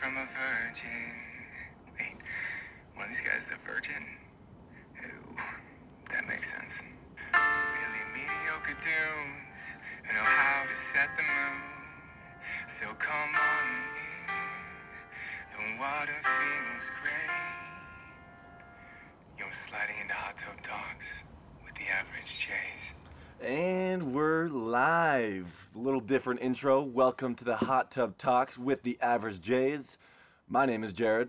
from a virgin. Wait, one of these guys is a virgin? Ooh, that makes sense. Really mediocre dudes who know how to set the mood. So come on in, the water feels great. Yo, I'm sliding into hot tub talks with the average Jays. And we're live. A little different intro. Welcome to the Hot Tub Talks with the Average Jays. My name is Jared.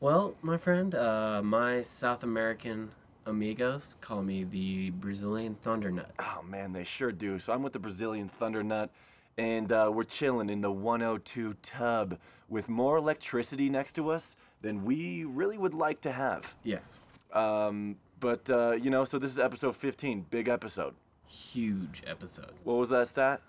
Well, my friend, uh, my South American amigos call me the Brazilian Thundernut. Oh man, they sure do. So I'm with the Brazilian Thundernut, and uh, we're chilling in the 102 tub with more electricity next to us than we really would like to have. Yes. Um, but uh, you know, so this is episode 15, big episode. Huge episode. What was that stat?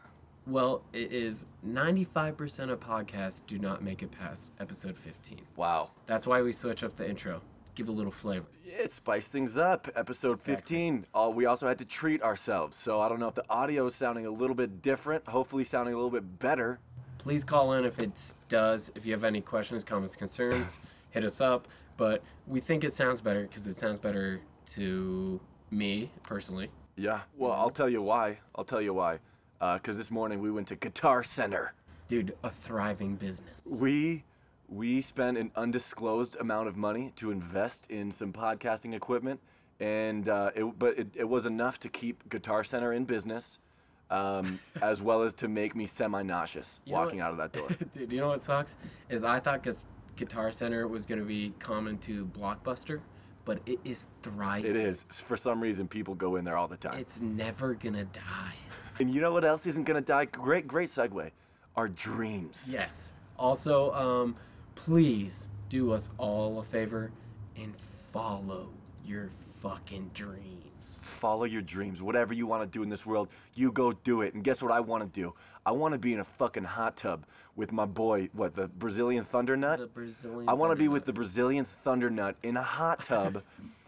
Well, it is 95% of podcasts do not make it past episode 15. Wow. That's why we switch up the intro, give a little flavor. Yeah, spice things up. Episode Exactly. 15. Uh, we also had to treat ourselves. So I don't know if the audio is sounding a little bit different, hopefully, sounding a little bit better. Please call in if it does. If you have any questions, comments, concerns, hit us up. But we think it sounds better because it sounds better to me personally. Yeah. Well, I'll tell you why. I'll tell you why. Because this morning we went to Guitar Center. Dude, a thriving business. We we spent an undisclosed amount of money to invest in some podcasting equipment, and uh, it, but it, it was enough to keep Guitar Center in business, um, as well as to make me semi-nauseous You know walking what? out of that door. Dude, you know what sucks is I thought Gus- Guitar Center was gonna be common to Blockbuster, but it is thriving. It is. For some reason, people go in there all the time. It's never gonna die. And you know what else isn't gonna die? Great, great segue. Our dreams. Yes. Also, um, please do us all a favor and follow your fucking dreams. Follow your dreams. Whatever you want to do in this world, you go do it. And guess what I want to do? I want to be in a fucking hot tub with my boy, what the Brazilian Thundernut? The Brazilian. I want to be with the butternut. Brazilian Thundernut in a hot tub,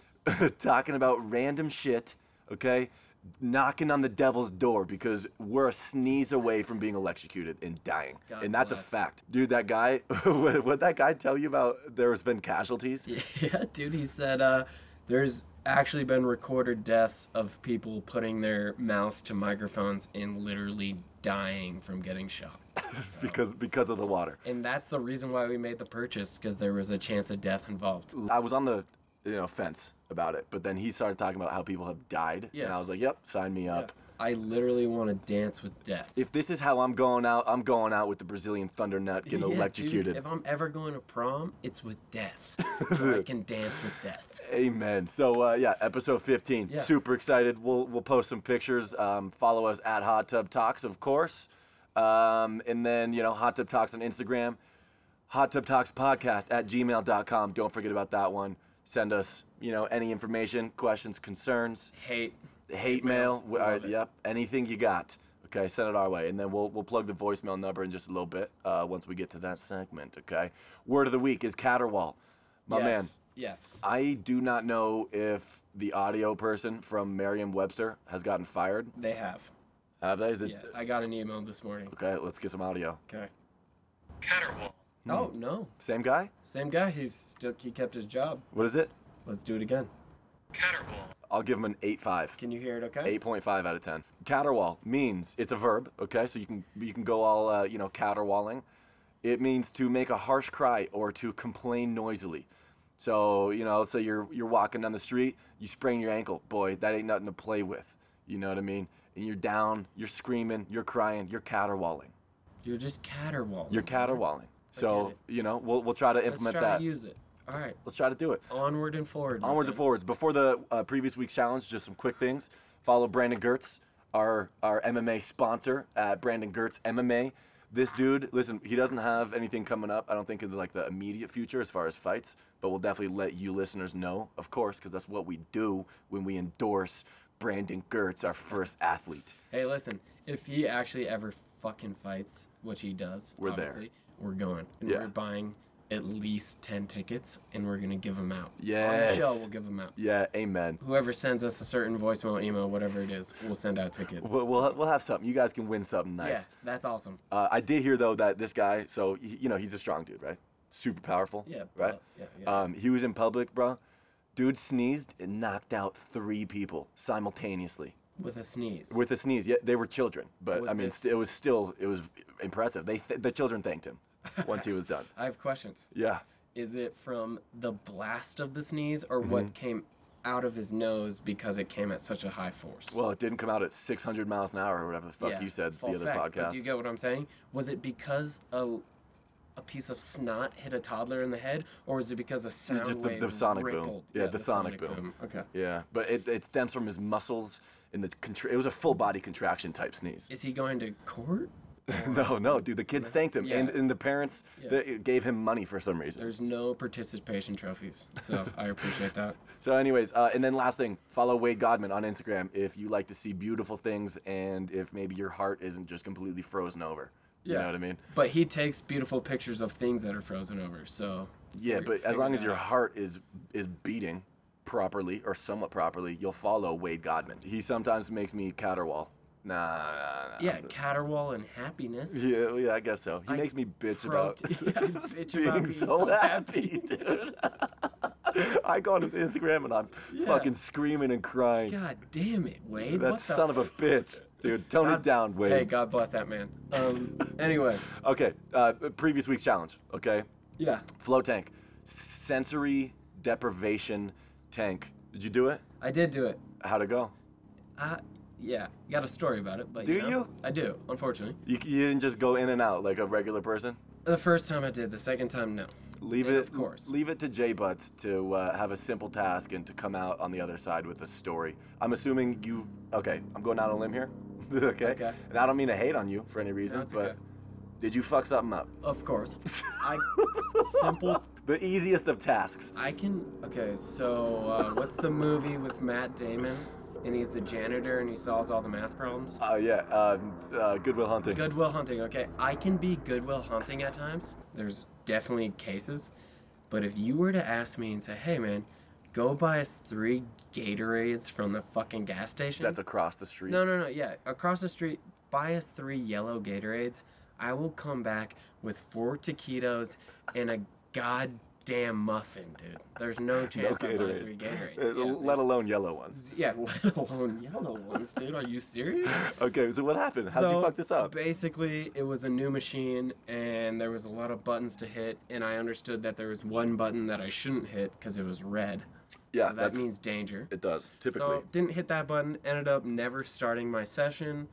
talking about random shit. Okay, knocking on the devil's door because we're a sneeze away from being electrocuted and dying, God and that's a bless. fact, dude. That guy, what what that guy tell you about? There's been casualties. Yeah, dude. He said uh, there's actually been recorded deaths of people putting their mouths to microphones and literally dying from getting shot. because because of the water. And that's the reason why we made the purchase, because there was a chance of death involved. I was on the you know fence about it, but then he started talking about how people have died, and Yeah. I was like, "Yep, sign me up." I literally want to dance with death. If this is how I'm going out, I'm going out with the Brazilian Thundernut getting Yeah, electrocuted. Dude, if I'm ever going to prom, it's with death. Where I can dance with death. Amen. So uh, yeah, episode 15. Yeah. Super excited. We'll we'll post some pictures. Um, follow us at Hot Tub Talks, of course, um, and then you know Hot Tub Talks on Instagram, Hot Tub Talks podcast at gmail.com. Don't forget about that one. Send us you know any information, questions, concerns, Hate. hate, mail. mail. uh, Love it. yep, anything you got. Okay, send it our way, and then we'll we'll plug the voicemail number in just a little bit uh, once we get to that segment. Okay. Word of the week is caterwaul. My Yes, man. Yes. I do not know if the audio person from Merriam-Webster has gotten fired. They have. Have they? Is it- Yeah, I got an email this morning. Okay, let's get some audio. Okay. Caterwaul. Oh, no. Same guy? Same guy. He's still, he kept his job. What is it? Let's do it again. Caterwaul. I'll give him an 8.5. Can you hear it okay? 8.5 out of 10. Caterwaul means it's a verb, okay? So you can you can go all uh, you know caterwauling. It means to make a harsh cry or to complain noisily. So, you know, so you're you're walking down the street, you sprain your ankle. Boy, that ain't nothing to play with. You know what I mean? And you're down, you're screaming, you're crying, you're caterwauling. You're just caterwauling. You're caterwauling. I So get it. you know we'll we'll try to Let's try implement to that. use it. All right. Let's try to do it. Onward and forward. my Onwards and friend. forwards. Before the uh, previous week's challenge, just some quick things. Follow Brandon Gertz, our our MMA sponsor at Brandon Gertz MMA. This dude, listen, he doesn't have anything coming up. I don't think in like the immediate future as far as fights, but we'll definitely let you listeners know, of course, because that's what we do when we endorse Brandon Gertz, our first athlete. Hey, listen. If he actually ever fucking fights, which he does, We're there. obviously, we're going and Yeah. we're buying at least ten tickets, and we're gonna give them out. On Yes. the show, we'll give them out. Yeah, amen. Whoever sends us a certain voicemail, email, whatever it is, we'll send out tickets. We'll, we'll, we'll have something. You guys can win something nice. Yeah, that's awesome. Uh, I did hear though that this guy, so y- you know, he's a strong dude, right? super powerful. Yeah. Right. but- Yeah. yeah. Um, he was in public, bro. Dude sneezed and knocked out three people simultaneously with a sneeze. with a sneeze. Yeah, they were children, but Was I mean, it- st- it was still it was impressive. They th- the children thanked him once he was done. I have questions. Yeah, Is it from the blast of the sneeze or Mm-hmm. what came out of his nose because it came at such a high force? well, it didn't come out at 600 miles an hour or whatever the fuck Yeah, you said the full other fact, but podcast. Do you get what I'm saying? Was it because a a piece of snot hit a toddler in the head, or was it because a sound just the- wave the sonic boom. rippled? Yeah, the sonic boom. Okay. Yeah, but it, it stems from his muscles and the contra- it was a full body contraction type sneeze. Is he going to court? no, no, dude, the kids thanked him, and, Yeah. and the parents Yeah. they gave him money for some reason. There's no participation trophies, so I appreciate that. So, anyways, uh, and then last thing, follow Wade Godman on Instagram if you like to see beautiful things and if maybe your heart isn't just completely frozen over. You know Yeah. what I mean? But he takes beautiful pictures of things that are frozen over. So Yeah, we but as figured long as that your out. heart is is beating properly or somewhat properly, you'll follow Wade Godman. He sometimes makes me caterwaul. Nah, nah, nah. yeah, caterwaul and happiness. Yeah, yeah, I guess so. He I makes me bitch about Prot- yeah, bitch being, about so, happy, dude. I go on his Instagram and I'm Yeah. fucking screaming and crying. God damn it, Wade. that what the son of a bitch, dude. Tone it God- down, Wade. Hey, God bless that man. Um, anyway, Okay, uh, previous week's challenge. Okay, yeah, flow tank, sensory deprivation tank. Did you do it? I did do it. How'd it go? I, yeah, got a story about it, but Do know, you? I do, unfortunately. You, you didn't just go in and out like a regular person. The first time I did, the second time no. Leave Yeah, it. of course. Leave it to Jay Butts to uh, have a simple task and to come out on the other side with a story. I'm assuming you. Okay, I'm going out on a limb here. okay. Okay. And I don't mean to hate on you for any reason, No, it's but okay. did you fuck something up? Of course, I simple. The easiest of tasks. I can. Okay, so uh, what's the movie with Matt Damon and he's the janitor and he solves all the math problems? Oh yeah. Um, uh, Goodwill Hunting. Goodwill Hunting. Okay, I can be Goodwill Hunting at times. There's definitely cases, but if you were to ask me and say, "Hey, man, go buy us three Gatorades from the fucking gas station," That's across the street. No, no, no. Yeah, across the street, buy us three yellow Gatorades. I will come back with four taquitos and a goddamn muffin, dude. There's no chance I buy Gatorades. three Gatorades. Uh, Yeah, let alone yellow ones. there's- yeah, let alone yellow ones, dude. Are you serious? Okay, so what happened? How'd you So, fuck this up? Basically, it was a new machine, and there was a lot of buttons to hit, and I understood that there was one button that I shouldn't hit because it was red. yeah, Ah, so that that's- means danger. it does typically. So didn't hit that button. Ended up never starting my session.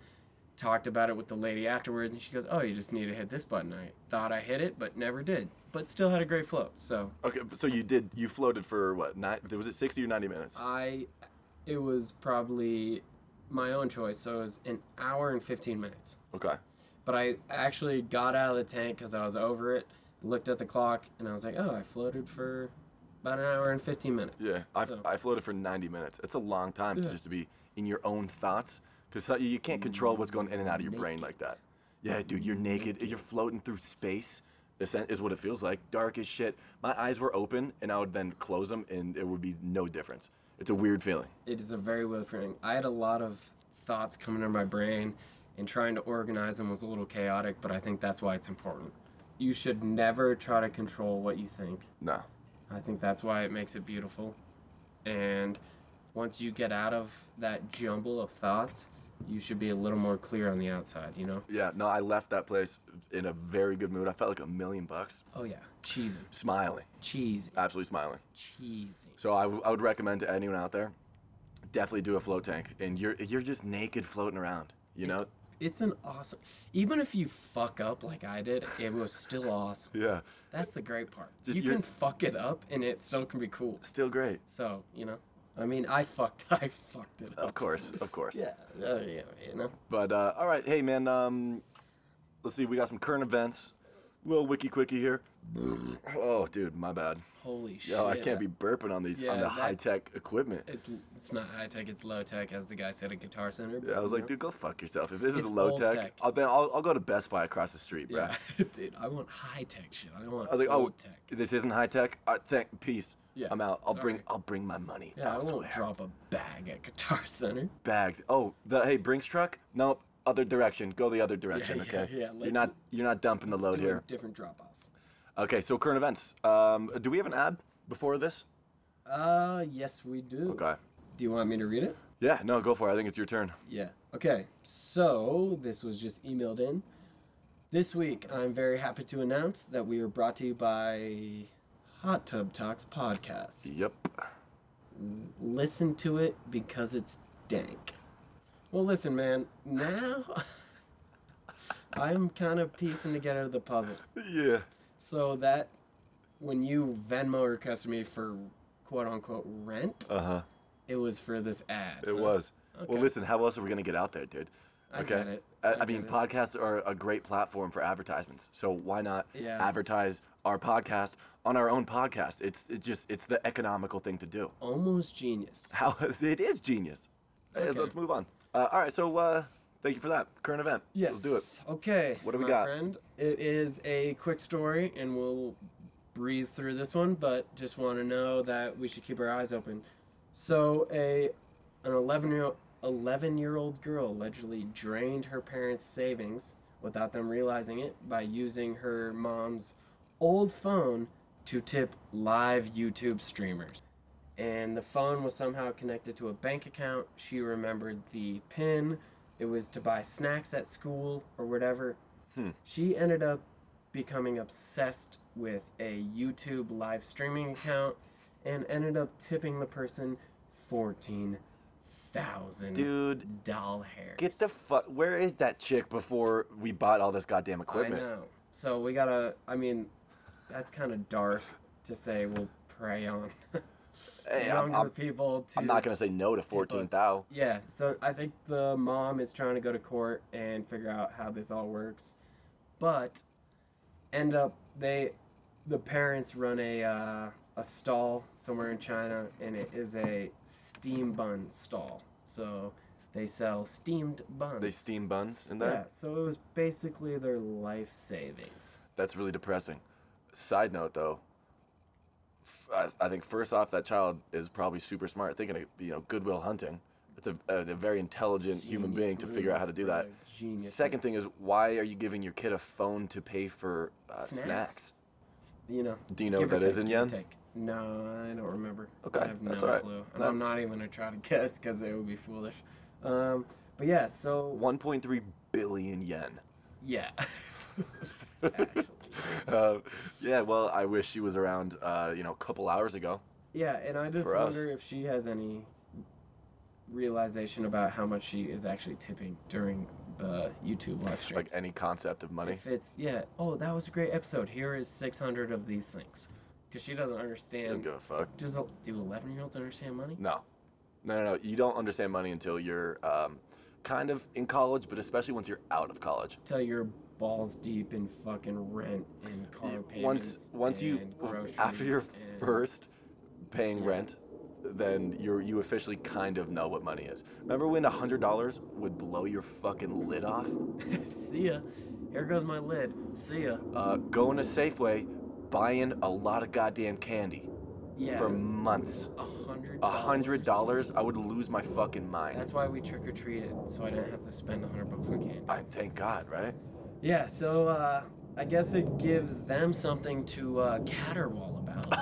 Talked about it with the lady afterwards, and she goes, "Oh, you just need to hit this button." I thought I hit it, but never did. But still had a great float. So okay, so you did you floated for what? Nine, was it 60 or 90 minutes? I, it was probably my own choice. So it was an hour and fifteen minutes. okay. But I actually got out of the tank because I was over it. Looked at the clock, and I was like, "Oh, I floated for about an hour and fifteen minutes." Yeah, I, So- I floated for 90 minutes. It's a long time to Yeah. just to be in your own thoughts because you can't control what's going in and out of your brain like that. Yeah, dude, you're naked. You're floating through space. This is what it feels like. Dark as shit. My eyes were open, and I would then close them, and it would be no difference. It's a weird feeling. it is a very weird feeling. I had a lot of thoughts coming into my brain, and trying to organize them was a little chaotic. But I think that's why it's important. You should never try to control what you think. No. I think that's why it makes it beautiful. And once you get out of that jumble of thoughts, you should be a little more clear on the outside. You know? Yeah, no, I left that place in a very good mood. I felt like a million bucks. Oh yeah, cheesy, Smiling, cheesy, absolutely smiling. cheesy. So I, w- I would recommend to anyone out there, definitely do a float tank. And you're you're just naked floating around. You know? It's an awesome. Even if you fuck up like I did, it was still awesome. Yeah. That's the great part. Just you your- can fuck it up and it still can be cool. Still great. So, you know, I mean, I fucked, I fucked it up. Of course, of course. Yeah, uh, yeah, you know. But uh, all right, hey man. Um, let's see. We got some current events. Little wiki quickie here. Oh, dude, my bad. Holy shit. Yo, I can't be burping on these on Yeah, the that- high tech equipment. It's it's not high tech. It's low tech, as the guy said at Guitar Center. Yeah, I was like, you dude, go fuck yourself. If this is It's low old tech, tech. I'll, then I'll, I'll go to Best Buy across the street, know? bro. yeah, dude, I want high tech shit. I don't want. I was like, oh, old tech. this isn't high tech. Uh, thank, peace. Yeah, I'm out. I'll bring sorry. I'll bring my money. Yeah, I elsewhere. won't drop a bag at Guitar Center. bags. Oh, the hey Brinks truck. Nope, other direction. Go the other direction. yeah, okay. yeah, you're let's- not you're not dumping the Let's load do a here. different drop off. Okay, so current events. Um, do we have an ad before this? Uh, yes, we do. Okay. Do you want me to read it? Yeah, no, go for it. I think it's your turn. Yeah. Okay. So this was just emailed in. This week, I'm very happy to announce that we are brought to you by Hot Tub Talks podcast. Yep. Listen to it because it's dank. Well, listen, man. Now I'm kind of piecing together the puzzle. Yeah. So that when you Venmo requested me for quote unquote rent, Uh huh. it was for this ad. It was. Okay. Well, listen, how else are we going to get out there, dude? I get it. I, I I mean, get it. podcasts are a great platform for advertisements. So why not Yeah. advertise our podcast on our own podcast? It's it just it's the economical thing to do. Almost genius. How it is genius. Hey, Okay. let's move on. Uh, all right, so uh, thank you for that current event. Yes. let's do it. Okay. What do we my got? Friend. It is a quick story, and we'll breeze through this one, but just want to know that we should keep our eyes open. So, a an 11 year 11 year old girl allegedly drained her parents' savings without them realizing it by using her mom's old phone to tip live YouTube streamers. And the phone was somehow connected to a bank account. She remembered the PIN. It was to buy snacks at school or whatever. Hmm. She ended up becoming obsessed with a YouTube live streaming account and ended up tipping the person fourteen thousand Dude, doll hairs. get the fuck. Where is that chick before we bought all this goddamn I equipment? know. So we gotta. I mean, that's kind of dark to say. We'll prey on Hey, I'm, younger I'm, people. To, I'm not gonna say no to fourteen thou. Yeah, so I think the mom is trying to go to court and figure out how this all works, but end up they, the parents run a uh, a stall somewhere in China, and it is a steam bun stall. So they sell steamed buns. They steam buns in there. yeah, so it was basically their life savings. That's really depressing. Side note, though, f- I, I think first off, that child is probably super smart, thinking of you know Goodwill Hunting. It's a, a, a very intelligent human being to figure out how to do that. Genius. Second thing is, why are you giving your kid a phone to pay for uh, Snacks. snacks. you know, Do you know what Give or that is take, in give or yen? take. No, I don't remember. Okay, I have no that's all right. clue. And That- I'm not even gonna try to guess because it would be foolish. Um, but yeah, so 1.3 billion yen. yeah. Actually. Uh, yeah, well, I wish she was around, uh, you know, a couple hours ago. Yeah, and I just For us. wonder if she has any realization about how much she is actually tipping during the YouTube live stream. Like any concept of money. if it's yeah, oh that was a great episode. Here is 600 of these things, because she doesn't She doesn't understand. give a fuck. Does el- do 11 year olds understand money? No, no, no, no. You don't understand money until you're um, kind of in college, but especially once you're out of college. till you're balls deep in fucking rent and car payments. Once, once you, and groceries after your and- first paying Yeah. rent, then you're you officially kind of know what money is. Remember when a hundred dollars would blow your fucking lid off? See ya. Here goes my lid. See ya. Uh, going to Safeway, buying a lot of goddamn candy Yeah. for months. a hundred. A hundred dollars, I would lose my fucking mind. That's why we trick or treated, so I didn't have to spend a hundred bucks on candy. I thank God, right? Yeah. So uh, I guess it gives them something to uh, caterwaul about. you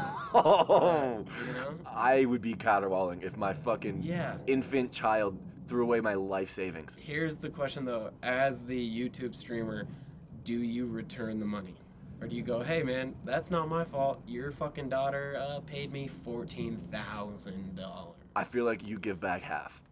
know? Oh, I would be caterwauling if my fucking Yeah. infant child threw away my life savings. Here's the question though: as the YouTube streamer, do you return the money? Or do you go, hey man, that's not my fault. Your fucking daughter uh, paid me fourteen thousand dollars. I feel like you give back half.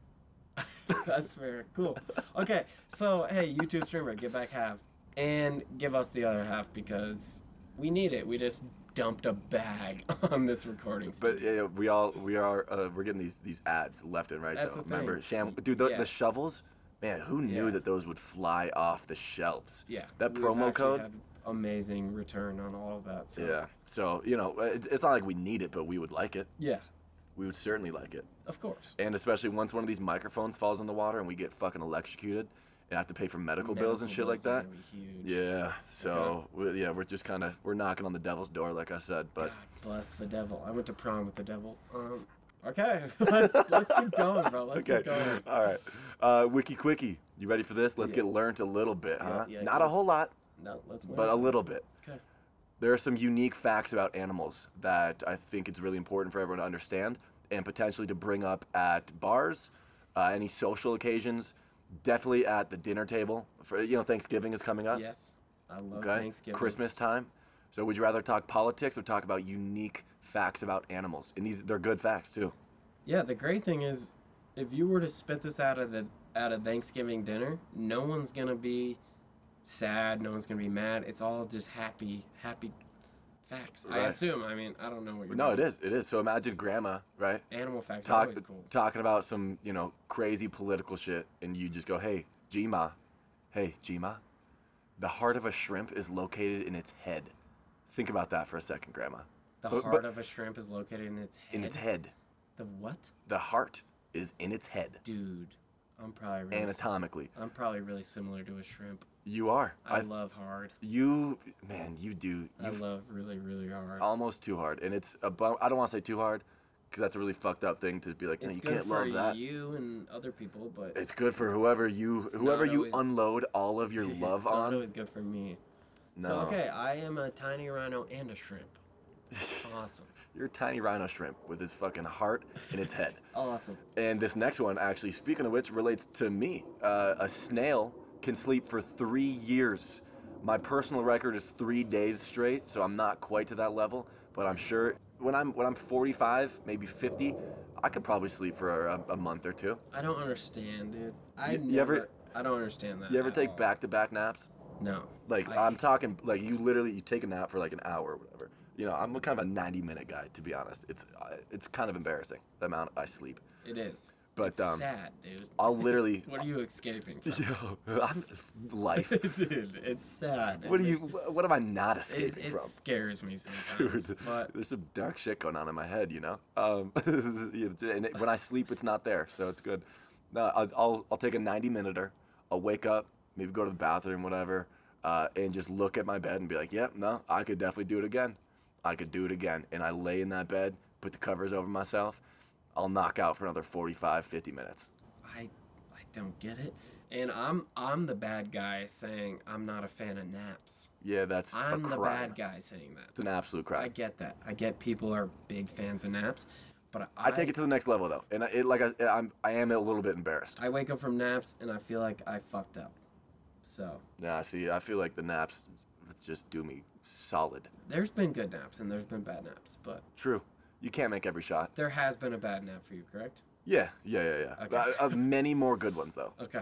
That's fair. Cool. Okay, so hey, YouTube streamer, give back half and give us the other half because we need it. We just dumped a bag on this recording. But yeah, yeah, we all we are uh, we're getting these these ads left and right That's though. the Remember thing. sham dude the, Yeah. the shovels? Man, who knew Yeah. that those would fly off the shelves? yeah, that we've promo actually code? had amazing return on all of that. So. Yeah. So, you know, it, it's not like we need it, but we would like it. Yeah, We would certainly like it. of course. And especially once one of these microphones falls in the water and we get fucking electrocuted and have to pay for medical, bills and shit like that. Medical bills are gonna be huge. Yeah. So we, yeah, we're just kind of we're knocking on the devil's door, like I said. But God bless the devil. I went to prom with the devil. Um, okay, let's, let's keep going, bro. Let's okay, keep going. all right. Uh, Wiki Quickie, you ready for this? Let's Yeah. get learnt a little bit, huh? yeah, Not a yes. whole lot, No, let's. but a learn. little bit. Okay. there are some unique facts about animals that I think it's really important for everyone to understand and potentially to bring up at bars, uh, any social occasions, definitely at the dinner table. For you know, Thanksgiving is coming up. Yes, I love okay. Thanksgiving. Christmas time. So would you rather talk politics or talk about unique facts about animals? And these they're good facts too. Yeah, the great thing is, if you were to spit this out of the out of Thanksgiving dinner, no one's gonna be sad. No one's gonna be mad. It's all just happy, happy facts. I Right. assume. I mean, I don't know what you're. No, it is. It is. So imagine grandma, right? Animal facts are Talk, always cool. talking about some, you know, crazy political shit and you just go, "Hey, Jima. Hey, Jima. The heart of a shrimp is located in its head." Think about that for a second, grandma. The but- heart but- of a shrimp is located in its head. In its head. The what, The heart is in its head dude? I'm probably really, s- anatomically. I'm probably really similar to a shrimp. You are. I, I, love hard. you man, you do you I love really, really hard. almost too hard, and it's a bum. I don't want to say too hard, because that's a really fucked up thing to be like. No, it's you good can't for love that. you and other people, but It's good for whoever you It's whoever not you always- unload all of your it's love not on. always good for me. no, So okay, I am a tiny rhino and a shrimp. Awesome. you're a tiny rhino shrimp with his fucking heart in its head. Awesome. And this next one, actually, speaking of which, relates to me. Uh, a snail can sleep for three years. My personal record is three days straight, so I'm not quite to that level, but I'm sure when I'm when I'm 45, maybe 50, I could probably sleep for a, a month or two. I don't understand, dude. I You- never. you ever- I don't understand that. You ever at take all. back-to-back naps? No. Like I- I'm talking, like you literally you take a nap for like an hour or whatever. You know, I'm kind of a 90-minute guy to be honest. It's uh, it's kind of embarrassing the amount I sleep, It is. but It's um, sad, dude. I'll literally. What are you escaping from? Yo, I'm life. dude, it's sad. What It do you? makes- wh- What am I not It, escaping it from? scares me sometimes. Dude. But There's some dark shit going on in my head, you know. Um, you know, and it, when I sleep, it's not there, so it's good. No, I'll I'll, I'll take a 90 minuter. I'll wake up, maybe go to the bathroom, whatever, uh, and just look at my bed and be like, "Yep, no, I could definitely do it again. I could do it again." And I lay in that bed, put the covers over myself. I'll knock out for another 45, 50 minutes. I, I don't get it. And I'm I'm the bad guy saying I'm not a fan of naps. Yeah, that's I'm a the crime. bad guy saying that. It's an absolute crime. I get that. I get people are big fans of naps, but I, I take it to the next level though, and I- it like I, I'm I am a little bit embarrassed. I wake up from naps and I feel like I fucked up. So Nah, see, I feel like the naps just do me solid. there's been good naps and there's been bad naps, but True, you can't make every shot. there has been a bad nap for you, correct? Yeah, yeah, yeah, yeah. Okay. Uh, uh, many more good ones though. Okay.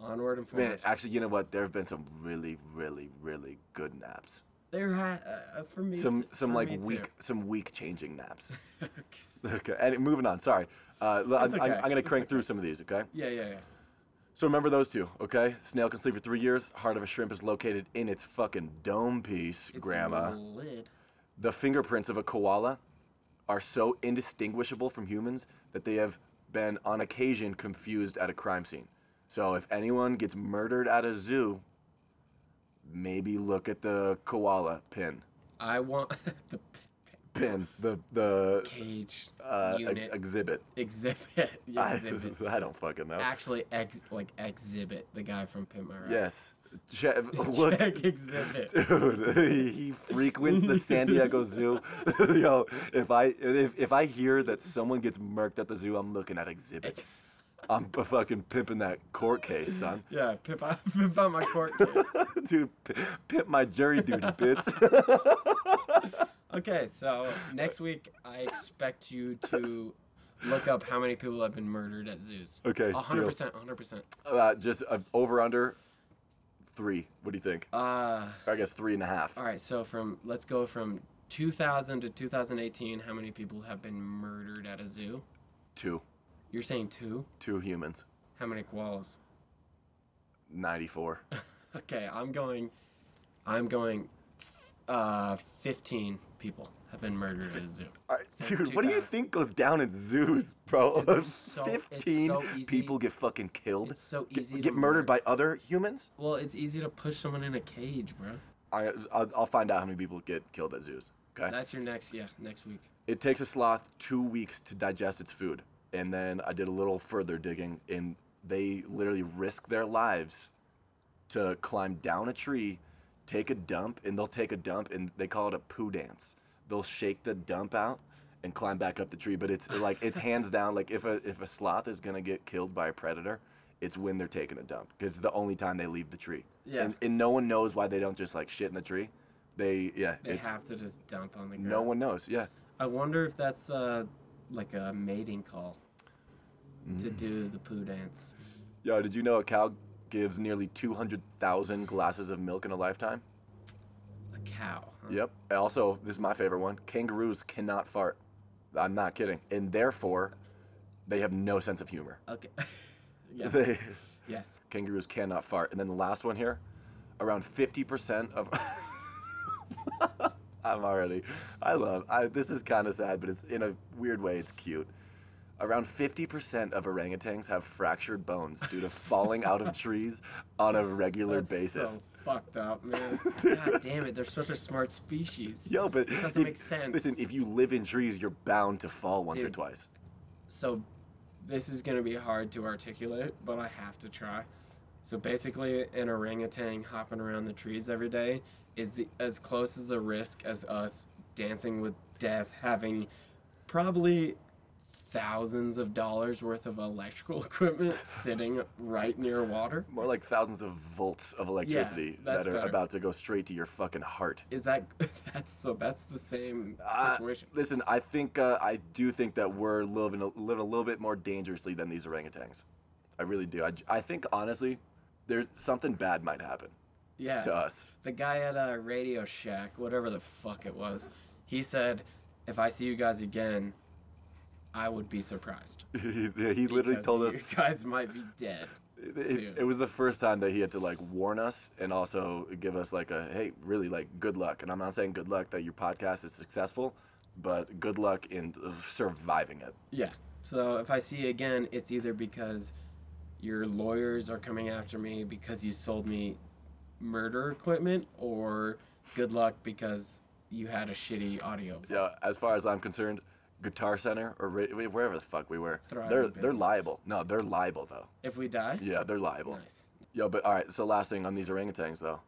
Onward and forward. Man, actually, you know what? There have been some really, really, really good naps. there ha- uh, uh, for me. Some t- some for like me too. week some week changing naps. Okay. okay, and moving on. Sorry, uh, l- I'm, It's I'm, okay. I'm gonna It's crank okay. through some of these. Okay. yeah, yeah, yeah. So remember those two, okay? Snail can sleep for three years. Heart of a shrimp is located in its fucking dome piece, It's Grandma. Lid. the fingerprints of a koala are so indistinguishable from humans that they have been on occasion confused at a crime scene. So if anyone gets murdered at a zoo, maybe look at the koala pin. I want the p- p- Pin the the cage uh, ex- unit exhibit. exhibit. Yeah, exhibit. I, I don't fucking know. Actually, ex like exhibit the guy from Pimp My Ride. Yes. Che- look, Check exhibit. Dude, he frequents the San Diego Zoo. Yo, if I if, if I hear that someone gets murked at the zoo, I'm looking at exhibits. I'm b- fucking pimping that court case, son. Yeah, pimp out, pimp out my court case. Dude, p- pimp my jury duty, bitch. okay, so next week I expect you to look up how many people have been murdered at zoos. Okay, A hundred percent, a hundred percent. uh, just uh, over under three. What do you think? Uh, I guess three and a half. all right. So from let's go from 2000 to 2018. How many people have been murdered at a zoo? Two, You're saying two. two humans, How many koalas? ninety-four. Okay, I'm going. I'm going. Uh, 15 people have been murdered at a zoo. All right, Since dude, what do you 2000. think goes down at zoos, bro? Dude, it's so- it's Fifteen so easy. people get fucking killed. It's so get, easy to get murdered by other humans? Well, it's easy to push someone in a cage, bro. I, I'll, I'll find out how many people get killed at zoos. Okay. That's your next, yeah, next week. it takes a sloth two weeks to digest its food, and then I did a little further digging, and they literally risk their lives to climb down a tree take a dump and they'll take a dump and they call it a poo dance. They'll shake the dump out and climb back up the tree. But it's like it's hands down like if a if a sloth is gonna get killed by a predator, it's when they're taking a dump because it's the only time they leave the tree. Yeah. And, and no one knows why they don't just like shit in the tree. They yeah. They it's, have to just dump on the ground. no one knows. Yeah. I wonder if that's uh, like a mating call to Mm. do the poo dance. Yo, did you know a cow gives nearly 200,000 glasses of milk in a lifetime? A cow. huh? Yep. Also, this is my favorite one. Kangaroos cannot fart. I'm not kidding. And therefore, they have no sense of humor. Okay. yeah. They, Yes. kangaroos cannot fart. And then the last one here, around 50% of I'm already I love I this is kind of sad, but it's in a weird way it's cute. Around 50% of orangutans have fractured bones due to falling out of trees on a regular That's basis. So fucked up, man. God damn it! They're such a smart species. Yo, but if- Doesn't make sense. Listen, if you live in trees, you're bound to fall once or Dude. twice. So, this is gonna be hard to articulate, but I have to try. So basically, an orangutan hopping around the trees every day is the, as close as a risk as us dancing with death, having probably thousands of dollars worth of electrical equipment sitting right near water. More like thousands of volts of electricity that's that are better. about to go straight to your fucking heart. Is that that's so? That's the same Uh, situation. Listen, I think uh, I do think that we're living a, living a little bit more dangerously than these orangutans. I really do. I, j- I think honestly, there's something bad might happen yeah. to us. the guy at uh, Radio Shack, whatever the fuck it was, he said, "If I see you guys again, I would be surprised." he, he literally because told us you guys might be dead. it, soon." it, it was the first time that he had to like warn us and also give us like a hey really like good luck and i'm not saying good luck that your podcast is successful but good luck in uh, surviving it Yeah. So if I see you again, it's either because your lawyers are coming after me because you sold me murder equipment, or good luck because you had a shitty audio. yeah as far as i'm concerned guitar center or ra- wait, wherever the fuck we were Thriving they're they're business. liable no they're liable though If we die, yeah they're liable nice. Yo, but all right. So last thing on these orangutans, though.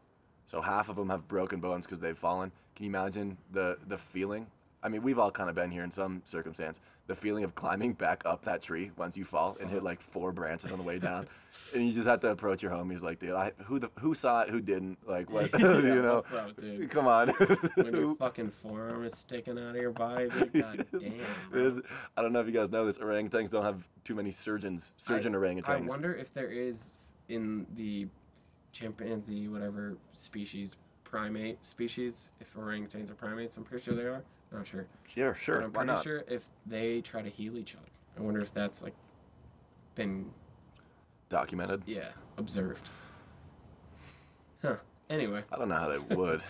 So half of them have broken bones because they've fallen. Can you imagine the the feeling? I mean, we've all kind of been here in some circumstance. The feeling of climbing back up that tree once you fall and Uh-huh. hit like four branches on the way down, and you just have to approach your homies like, dude, I, who the who saw it, who didn't, like what, Yeah, you know? what's up, dude? Come on. when your fucking forearm is sticking out of your body, dude, god damn. bro. There's- I don't know if you guys know this. Orangutans don't have too many surgeons. Surgeon orangutans. I wonder if there is in the chimpanzee, whatever species, primate species, if orangutans are primates, I'm pretty sure they are. Not sure. Yeah, but sure. I'm Why pretty not? sure if they try to heal each other. I wonder if that's like been Documented. yeah, observed. Huh. Anyway. I don't know how they would.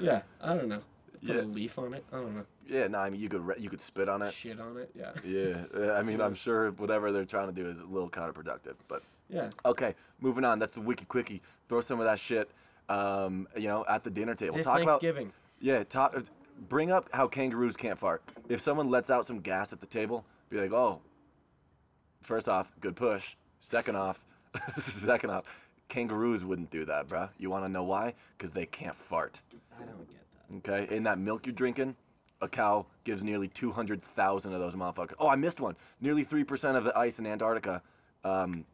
Yeah, I don't know. Put Yeah. a leaf on it. I don't know. Yeah, no, I mean you could re- you could spit on it. Shit on it. Yeah. Yeah, uh, I mean I'm sure whatever they're trying to do is a little counterproductive. But Yeah. okay, moving on. That's the wiki quickie. Throw some of that shit, um, you know, at the dinner table. This talk about Thanksgiving. yeah. Talk, uh, bring up how kangaroos can't fart. If someone lets out some gas at the table, be like, oh. First off, good push. Second off, second off, kangaroos wouldn't do that, bruh. You want to know why? Because they can't fart. I don't get that. Okay, in that milk you're drinking, a cow gives nearly 200,000 of those motherfuckers. Oh, I missed one. Nearly 3% of the ice in Antarctica um,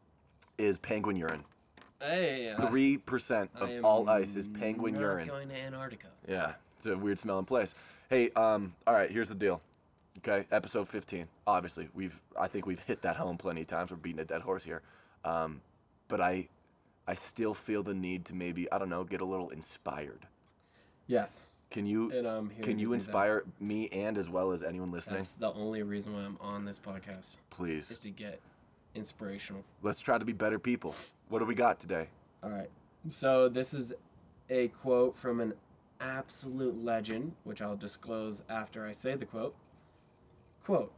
is penguin urine. Hey, uh, 3% I of am all ice is penguin not urine. Going to Antarctica. Yeah, it's a weird smelling place. Hey, um, all right, here's the deal. Okay, episode 15. Obviously, we've I think we've hit that home plenty of times. We're beating a dead horse here. Um, but I I still feel the need to maybe, I don't know, get a little inspired. Yes, Can you and I'm here. Can to you do that. inspire me and as well as anyone listening? That's the only reason why I'm on this podcast is Please. to get inspirational. Let's try to be better people. What do we got today? All right. So this is a quote from an absolute legend, which I'll disclose after I say the quote. Quote: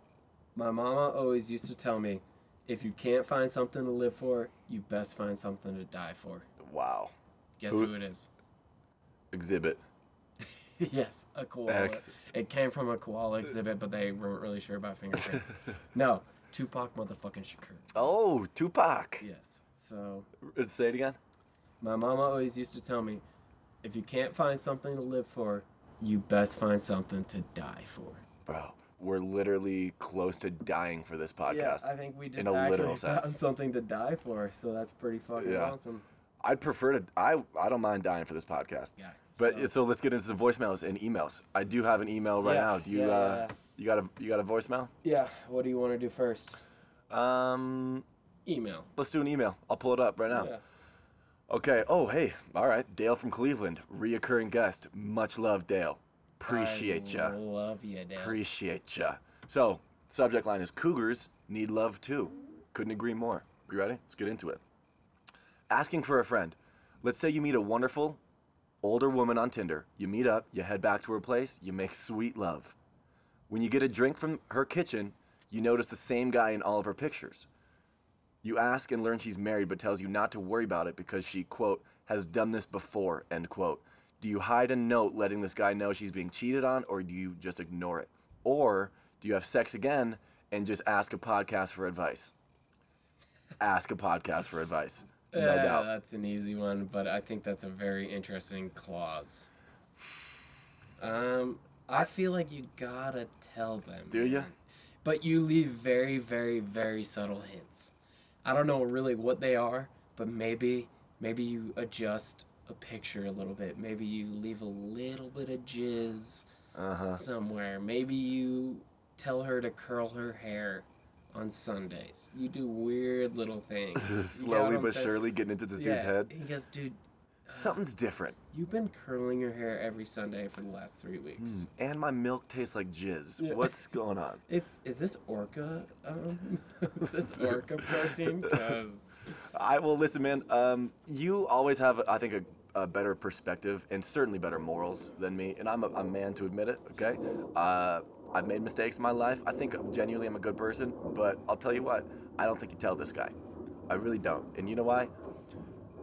My mama always used to tell me, "If you can't find something to live for, you best find something to die for." Wow. Guess Who- who it is? Exhibit. yes, a koala. Ex- It came from a koala exhibit, but they weren't really sure about fingerprints. no, Tupac motherfucking Shakur. Oh, Tupac. Yes. So Uh, Say it again. my mama always used to tell me, If you can't find something to live for, you best find something to die for. Bro, we're literally close to dying for this Yeah, podcast. I think we just a actually literal sense. found something to die for, so that's pretty fucking Yeah. awesome. I'd prefer to. I I don't mind dying for this podcast. Yeah. But so, let's get into the voicemails and emails. I do have an email right Yeah, now. Do you yeah, uh, yeah. you got a you got a voicemail? yeah, what do you want to do first? Um, Email. let's do an email. I'll pull it up right now. Yeah. Okay. Oh hey, all right. Dale from Cleveland, reoccurring guest. Much love, Dale. Appreciate ya. I Love you, Dale. Appreciate ya. So subject line is Cougars need love too. Couldn't agree more. You ready? Let's get into it. Asking for a friend. Let's say you meet a wonderful older woman on Tinder. You meet up, you head back to her place, you make sweet love. When you get a drink from her kitchen, you notice the same guy in all of her pictures. You ask and learn she's married, but tells you not to worry about it because she, quote, has done this before, end quote. Do you hide a note letting this guy know she's being cheated on, or do you just ignore it? Or do you have sex again and just ask a podcast for advice? Ask a podcast for advice. No Yeah, doubt. That's an easy one, but I think that's a very interesting clause. Um, I feel like you gotta tell them. Do ya? man. But you leave very, very, very subtle hints. I don't know really what they are, but maybe, maybe you adjust a picture a little bit. Maybe you leave a little bit of jizz Uh huh. somewhere. Maybe you tell her to curl her hair on Sundays. You do weird little things. You get what Slowly I'm but saying? surely getting into this dude's head. He goes, dude, uh, Something's different. You've been curling your hair every Sunday for the last three weeks. Hmm, And my milk tastes like jizz. Yeah. What's going on? It's is this orca? Um, is this orca protein? 'Cause- I well, listen, man. Um, you always have, I think, a, a better perspective and certainly better morals than me, and I'm a, a man to admit it. Okay, uh, I've made mistakes in my life. I think genuinely I'm a good person, but I'll tell you what, I don't think you tell this guy. I really don't. And you know why?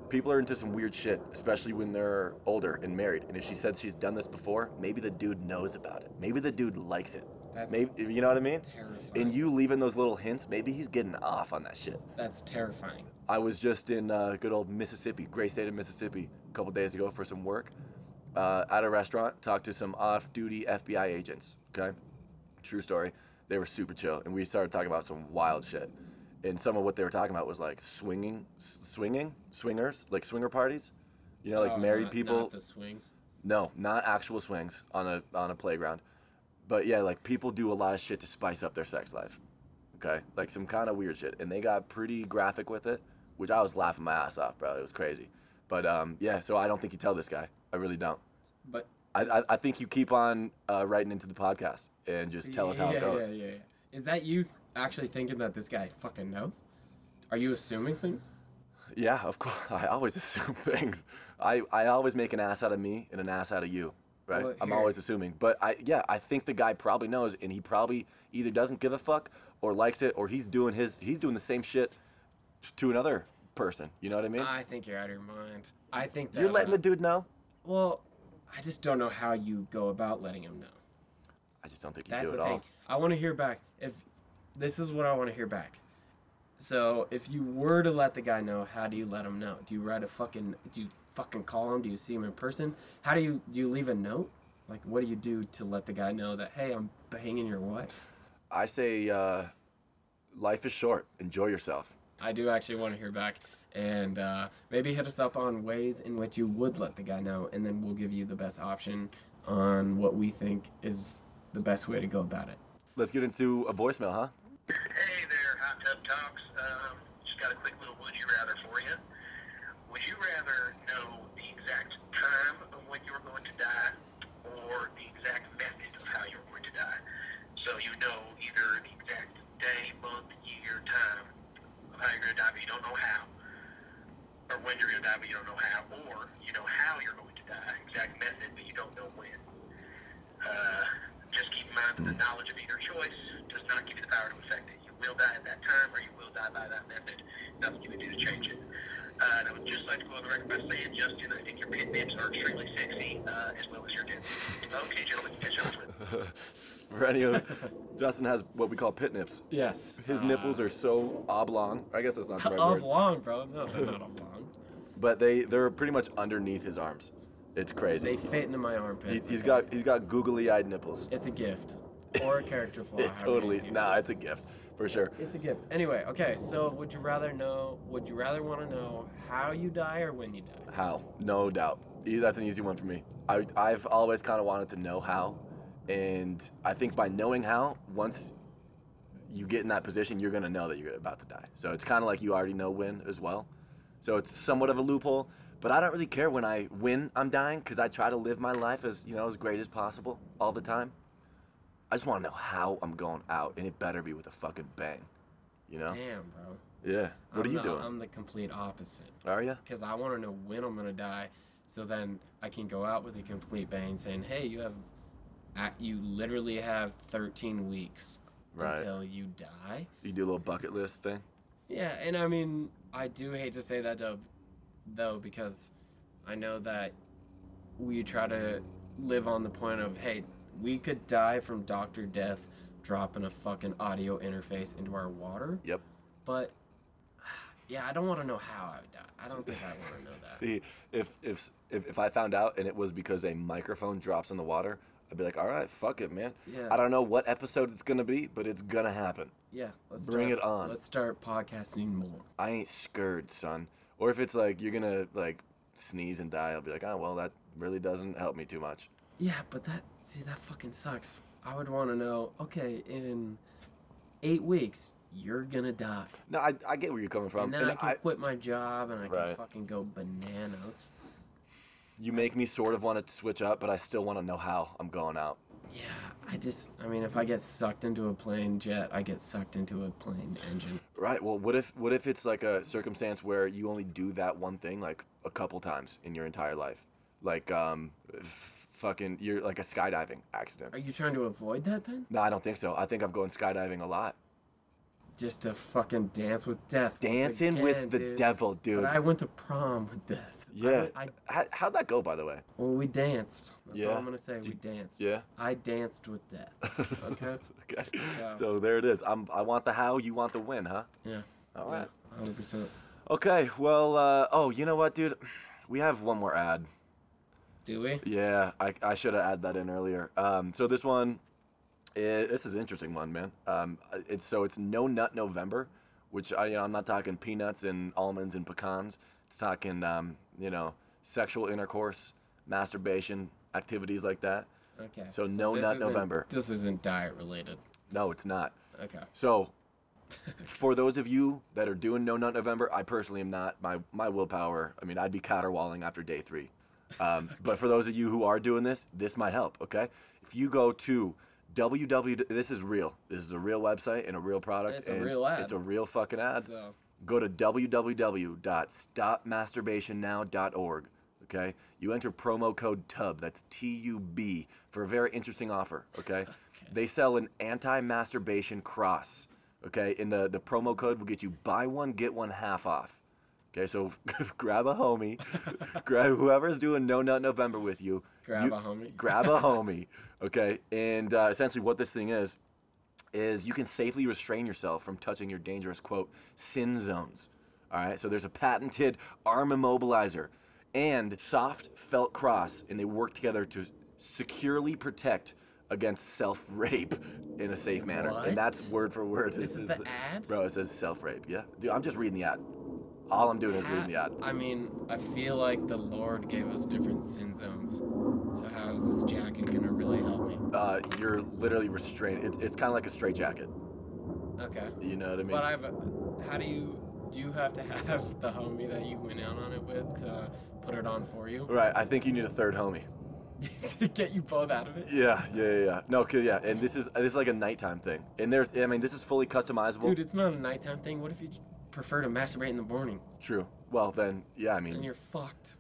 People are into some weird shit, especially when they're older and married. And if she said she's done this before, maybe the dude knows about it. Maybe the dude likes it. that's Maybe you know what I mean? terrifying. And you leaving those little hints, maybe he's getting off on that shit. that's terrifying. I was just in uh, good old Mississippi, great state of Mississippi, a couple days ago for some work. Uh, at a restaurant, talked to some off-duty FBI agents. Okay, true story. They were super chill, and we started talking about some wild shit. And some of what they were talking about was like swinging, s- swinging, swingers, like swinger parties. You know, like Oh, married not- people. Not the swings. No, not actual swings on a on a playground. But yeah, like people do a lot of shit to spice up their sex life. Okay? Like some kind of weird shit. And they got pretty graphic with it, which I was laughing my ass off, bro. It was crazy. But um, yeah, so I don't think you tell this guy. I really don't. But I, I, I think you keep on uh, writing into the podcast and just tell us how yeah, it goes. Yeah, yeah, yeah. Is that you actually thinking that this guy fucking knows? Are you assuming things? Yeah, of course. I always assume things. I, I always make an ass out of me and an ass out of you. Right? Well, I'm here- always assuming. But I yeah, I think the guy probably knows and he probably either doesn't give a fuck or likes it or he's doing his he's doing the same shit to another person. You know what I mean? I think you're out of your mind. I think that You're letting uh, the dude know? well. I just don't know how you go about letting him know. I just don't think you That's do the it thing. all. I want to hear back. If this is what I want to hear back. So if you were to let the guy know, how do you let him know? Do you write a fucking? Do you fucking call him? Do you see him in person? How do you do? You leave a note? Like what do you do to let the guy know that hey, I'm banging your wife? I say uh, life is short. Enjoy yourself. I do actually want to hear back, and uh, maybe hit us up on ways in which you would let the guy know, and then we'll give you the best option on what we think is the best way to go about it. Let's get into a voicemail, huh? Hey there, Hot Tub Talks. Um, just got a quick little would you rather for you. Would you rather know the exact time of when you were going to die or the exact method of how you were going to die? So you know either the exact day, month, year, time of how you're going to die, but you don't know how. Or when you're going to die, but you don't know how. Or you know how you're going to die, exact method, but you don't know when. Uh, just keep in mind that the knowledge of either choice does not give you the power to affect it. You will die at that time, or you will die by that method. Nothing you can do to change it. Uh, and I would just like to go on the record by saying, Justin, I think your pit nips are extremely sexy, uh, as well as your dips. Okay, gentlemen, catch up with. For any of Justin has what we call pit nips. Yes. His nipples are so oblong. I guess that's not the right word. oblong, bro. No, they're not oblong. but they they're pretty much underneath his arms. It's They crazy. fit into my armpits. He's, he's okay? got he's got googly-eyed nipples. It's a gift. Or a character flaw. It however you totally. see it. Nah, it's a gift for sure. It's a gift. Anyway, okay, so would you rather know would you rather want to know how you die or when you die? How? No doubt. E- That's an easy one for me. I, I've always kind of wanted to know how. And I think by knowing how, once you get in that position, you're going to know that you're about to die. So it's kind of like you already know when as well. So it's somewhat of a loophole. But I don't really care when I when I'm dying because I try to live my life as you know as great as possible all the time. I just want to know how I'm going out, and it better be with a fucking bang, you know? Damn, bro. Yeah. What I'm are you the, doing? I'm the complete opposite are you? cuz I want to know when I'm going to die so then I can go out with a complete bang saying, "Hey, you have uh, you literally have 13 weeks Right. until you die." You do a little bucket list thing. Yeah, and I mean, I do hate to say that though, though because I know that we try to live on the point of hey, we could die from Doctor Death dropping a fucking audio interface into our water. Yep. But yeah, I don't want to know how I would die. I don't think I want to know that. See, if, if if if I found out and it was because a microphone drops in the water, I'd be like, all right, fuck it, man. Yeah. I don't know what episode it's gonna be, but it's gonna happen. Yeah, let's Bring start- it on. Let's start podcasting more. I ain't scared, son. Or if it's like you're gonna like sneeze and die, I'll be like, oh well, that really doesn't help me too much. Yeah, but that see that fucking sucks. I would want to know. Okay, in eight weeks you're gonna die. No, I, I get where you're coming from. and then Um, and I can I- quit my job and I can Right. fucking go bananas. you make me sort of want to switch up, but I still want to know how I'm going out. Yeah, I just, I mean, if I get sucked into a plane jet, I get sucked into a plane engine. Right. Well, what if what if it's like a circumstance where you only do that one thing like a couple times in your entire life, like um, f- fucking you're like a skydiving accident. Are you trying to avoid that then? No, I don't think so. I think I'm going skydiving a lot. Just to fucking dance with death. once Dancing again, with the dude. devil, dude. But I went to prom with death. I yeah. went- I, How, how'd that go, by the way? well, we danced. That's all Yeah. I'm gonna say. We Did- danced. Yeah. I danced with death. Okay. okay. Yeah. So there it is. I'm. I want the how. You want the win, huh? Yeah. All right. Hundred percent. Okay. Well. Uh, oh, you know what, dude? We have one more ad. Do we? Yeah, I, I should have added that in earlier. Um, so this one, i this is an interesting one, man. Um, it's so it's no nut November, which I you know I'm not talking peanuts and almonds and pecans. It's talking um, you know sexual intercourse, masturbation, activities like that. Okay. So no this nut isn't- November. This isn't diet related. No, it's not. Okay. So for those of you that are doing no nut November, I personally am not. My my willpower. I mean, I'd be caterwauling after day three. Um, but for those of you who are doing this, this might help. Okay, if you go to www. This is real. This is a real website and a real product. It's a and real ad. It's a real fucking ad. So Go to www.stopmasturbationnow.org. Okay, you enter promo code TUB. That's T U B for a very interesting offer. Okay. They sell an anti-masturbation cross. Okay, and the, the promo code will get you buy one get one half off. Okay, so grab a homie, grab whoever's doing No Nut November with you. grab you- a homie. grab a homie. Okay, and uh, essentially what this thing is is you can safely restrain yourself from touching your dangerous quote sin zones. All right, so there's a patented arm immobilizer and soft felt cross, and they work together to securely protect against self rape in a safe manner. What? And that's word for word. This is the ad? Bro, it says self rape. Yeah, dude, I'm just reading the ad. All I'm doing is reading the Ha- ad. I mean, I feel like the Lord gave us different sin zones. So how is this jacket gonna really help me? Uh, you're literally restrained. It's, it's kind of like a straitjacket. Okay. You know what I mean? But I've. How do you? Do you have to have the homie that you went out on it with to put it on for you? Right, I think you need a third homie. to get you both out of it? Yeah, yeah, yeah, yeah. No, 'cause- yeah, and this is this is like a nighttime thing. And there's, I mean, this is fully customizable. Dude, it's not a nighttime thing. What if you prefer to masturbate in the morning? True. Well, then, yeah, I Then mean, you're fucked.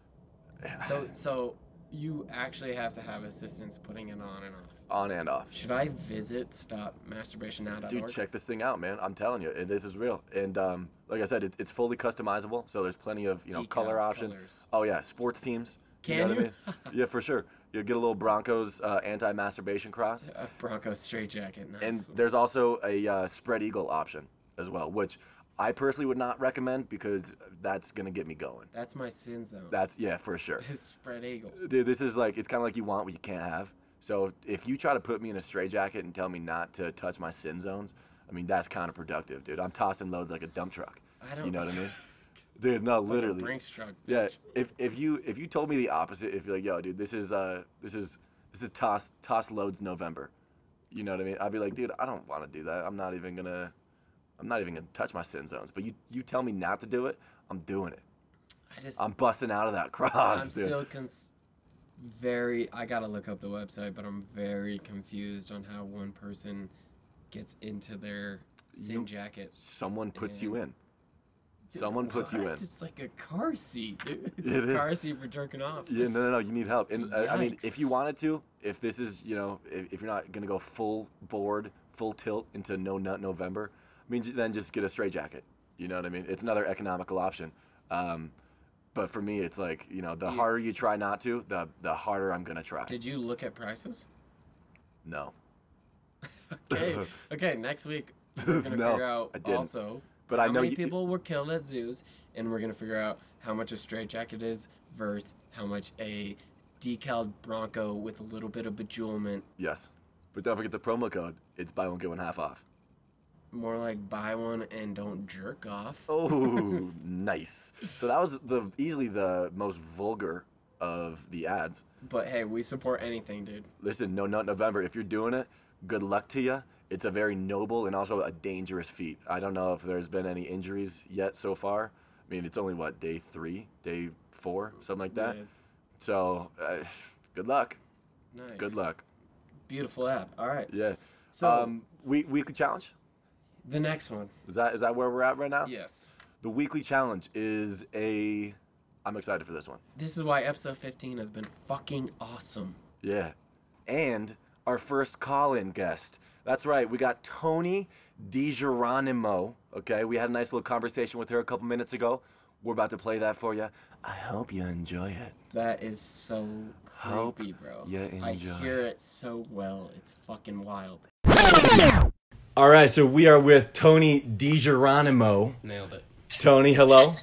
So, so you actually have to have assistance putting it on and off. on and off. Should I visit stopmasturbationnow.org? Dude, check this thing out, man. I'm telling you, and this is real. And um, like I said, it's, it's fully customizable, so there's plenty of you know color Decals, options. colors. Oh yeah, sports teams. Can know you? What I mean? yeah, for sure. You'll get a little Broncos uh, anti-masturbation cross. A Bronco straitjacket. Nice. And there's also a uh, spread eagle option as well, which I personally would not recommend because that's gonna get me going. That's my sin zone. That's yeah for sure. It's spread eagle. Dude, this is like it's kind of like you want what you can't have. So if you try to put me in a straitjacket and tell me not to touch my sin zones, I mean that's counterproductive, dude. I'm tossing loads like a dump truck. I don't. You know what I mean? Dude, no, Like a literally. Brinks truck. Yeah, bitch. if if you if you told me the opposite, if you're like, yo, dude, this is uh this is this is toss toss loads November, you know what I mean? I'd be like, dude, I don't want to do that. I'm not even gonna, I'm not even gonna touch my sin zones. But you you tell me not to do it, I'm doing it. I just. I'm busting out of that cross, I'm dude. still cons- very. I gotta look up the website, but I'm very confused on how one person gets into their sin You- jacket. Someone puts you Yeah. in. Someone puts you in. What? It's like a car seat, dude. It's It a is. car seat for jerking off. Yeah, no, no, no. You need help. And uh, I mean, if you Yikes. wanted to, if this is, you know, if, if you're not gonna go full board, full tilt into no nut November, I mean, ju- then just get a straight jacket. You know what I mean? It's another economical option. Um, but for me, it's like, you know, the You- harder you try not to, the the harder I'm gonna try. Did you look at prices? No, Okay. okay. Next week we're gonna No, figure out I didn't. also but how I know many you. people were killed at zoos, and we're gonna figure out how much a straitjacket is versus how much a decaled bronco with a little bit of bejewelment, Yes, but don't forget the promo code. It's buy one get one half off. more like buy one and don't jerk off. Oh, nice. So that was the easily the most vulgar of the ads. But hey, we support anything, dude. listen, no nut November. If you're doing it, good luck to you. It's a very noble and also a dangerous feat. I don't know if there's been any injuries yet so far. I mean, it's only what day three, day four, something like that. Yeah, So, uh, good luck. nice. Good luck. Beautiful app. All right. Yeah. So um, we, weekly challenge. the next one. Is that is that where we're at right now? Yes. The weekly challenge is a. I'm excited for this one. This is why episode 15 has been fucking awesome. Yeah. And our first call in guest. That's right. We got Tony DiGeronimo. Okay. We had a nice little conversation with her a couple minutes ago. We're about to play that for you. I hope you enjoy it. That is so Hope creepy, bro. you I enjoy. hear it so well. It's fucking wild. All right. So we are with Tony DiGeronimo. Nailed it. Tony, hello.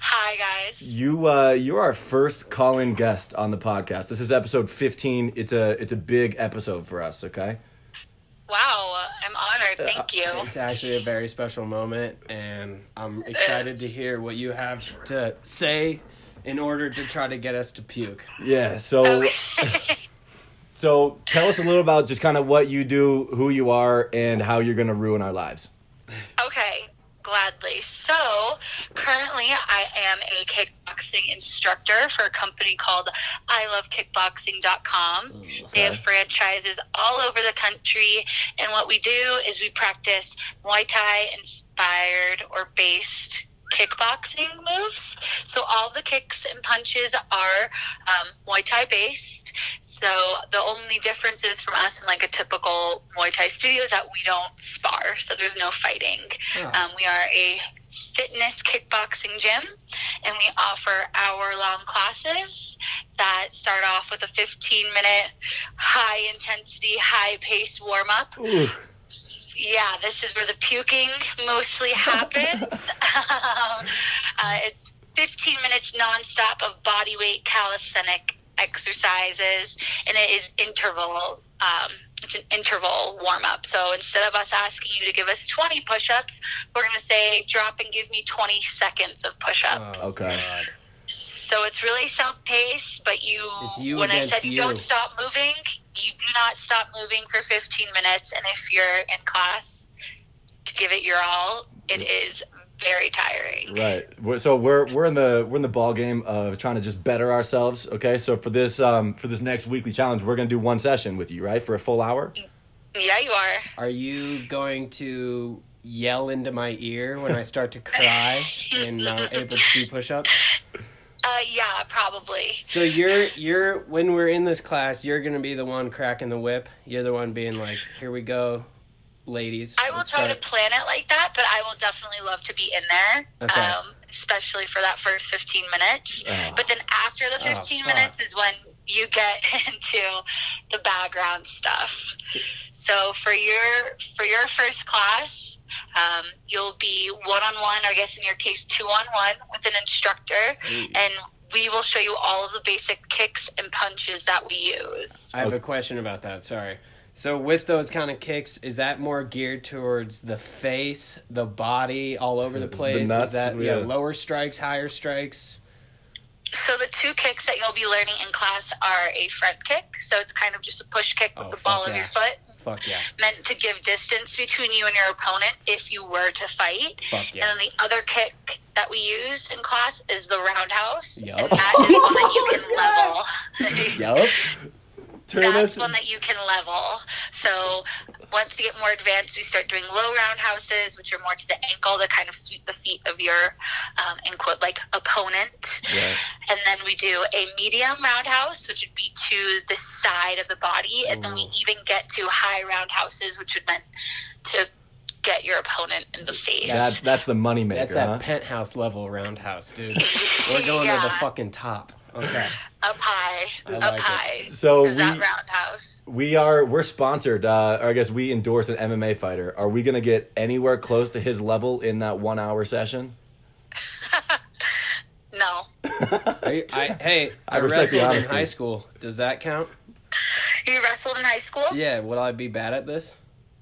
Hi guys. You uh, you're our first call in guest on the podcast. This is episode 15. It's a it's a big episode for us. Okay. Wow, I'm honored. Thank you. It's actually a very special moment, and I'm excited to hear what you have to say in order to try to get us to puke. Yeah. So. Okay. So tell us a little about just kind of what you do, who you are, and how you're going to ruin our lives. okay, gladly. So, currently I am a kickboxing instructor for a company called I love kickboxing.com. They have franchises all over the country, and what we do is we practice Muay Thai inspired or based kickboxing moves. So all the kicks and punches are um, Muay Thai based. So the only difference is from us and like a typical Muay Thai studio is that we don't spar, so there's no fighting. Ah, Um, we are a fitness kickboxing gym, and we offer hour-long classes that start off with a 15-minute high-intensity, high-pace warm-up yeah, this is where the puking mostly happens. um, uh, it's 15 minutes nonstop of body weight calisthenic exercises, and it is interval. Um, it's an interval warm up. So instead of us asking you to give us 20 push ups, we're going to say drop and give me 20 seconds of push ups. oh, Okay. God. So it's really self paced, but you, It's you when I against said you, you. don't stop moving, you do not stop moving for 15 minutes. And if you're in class to give it your all, it is very tiring. Right. We're- So we're we're in the we're in the ball game of trying to just better ourselves. Okay. So for this um for this next weekly challenge, we're gonna do one session with you, right, for a full hour. Yeah, you are. Are you going to yell into my ear when I start to cry and not able to do push-ups? Uh, yeah, probably. So you're you're when we're in this class, you're gonna be the one cracking the whip. You're the one being like, "Here we go, ladies." I will let's try to start." plan it like that, but I will definitely love to be in there, Okay. um, especially for that first 15 minutes. Oh. But then after the Oh, 15 fuck. minutes is when you get into the background stuff. So for your for your first class, Um, you'll be one on one, or I guess in your case, two on one with an instructor, and we will show you all of the basic kicks and punches that we use. I have a question about that. Sorry. So with those kind of kicks, is that more geared towards the face, the body, all over the place? nuts, is that yeah, yeah. lower strikes, higher strikes? So the two kicks that you'll be learning in class are a front kick, so it's kind of just a push kick with Oh, the ball fuck of your yeah. foot. Fuck yeah. meant to give distance between you and your opponent if you were to fight. Fuck yeah. And then the other kick that we use in class is the roundhouse. Yup. And that is one that you can level. Yup. Turn That's us. one that you can level. So once you get more advanced, we start doing low roundhouses, which are more to the ankle to kind of sweep the feet of your, um, in quote, like opponent. Right. And then we do a medium roundhouse, which would be to the side of the body. And then we even get to high roundhouses, which would then to get your opponent in the Oh, face. That, that's the moneymaker, That's huh? that penthouse level roundhouse, dude. We're going to the Yeah. fucking top. Okay. Up high. up like it. high. So that we- roundhouse. We are we're sponsored, uh, or I guess we endorse an MMA fighter. Are we gonna get anywhere close to his level in that one hour session? No. Are you- I, hey, I, I respect the wrestled in honesty. high school. Does that count? You wrestled in high school? Yeah. Would I be bad at this?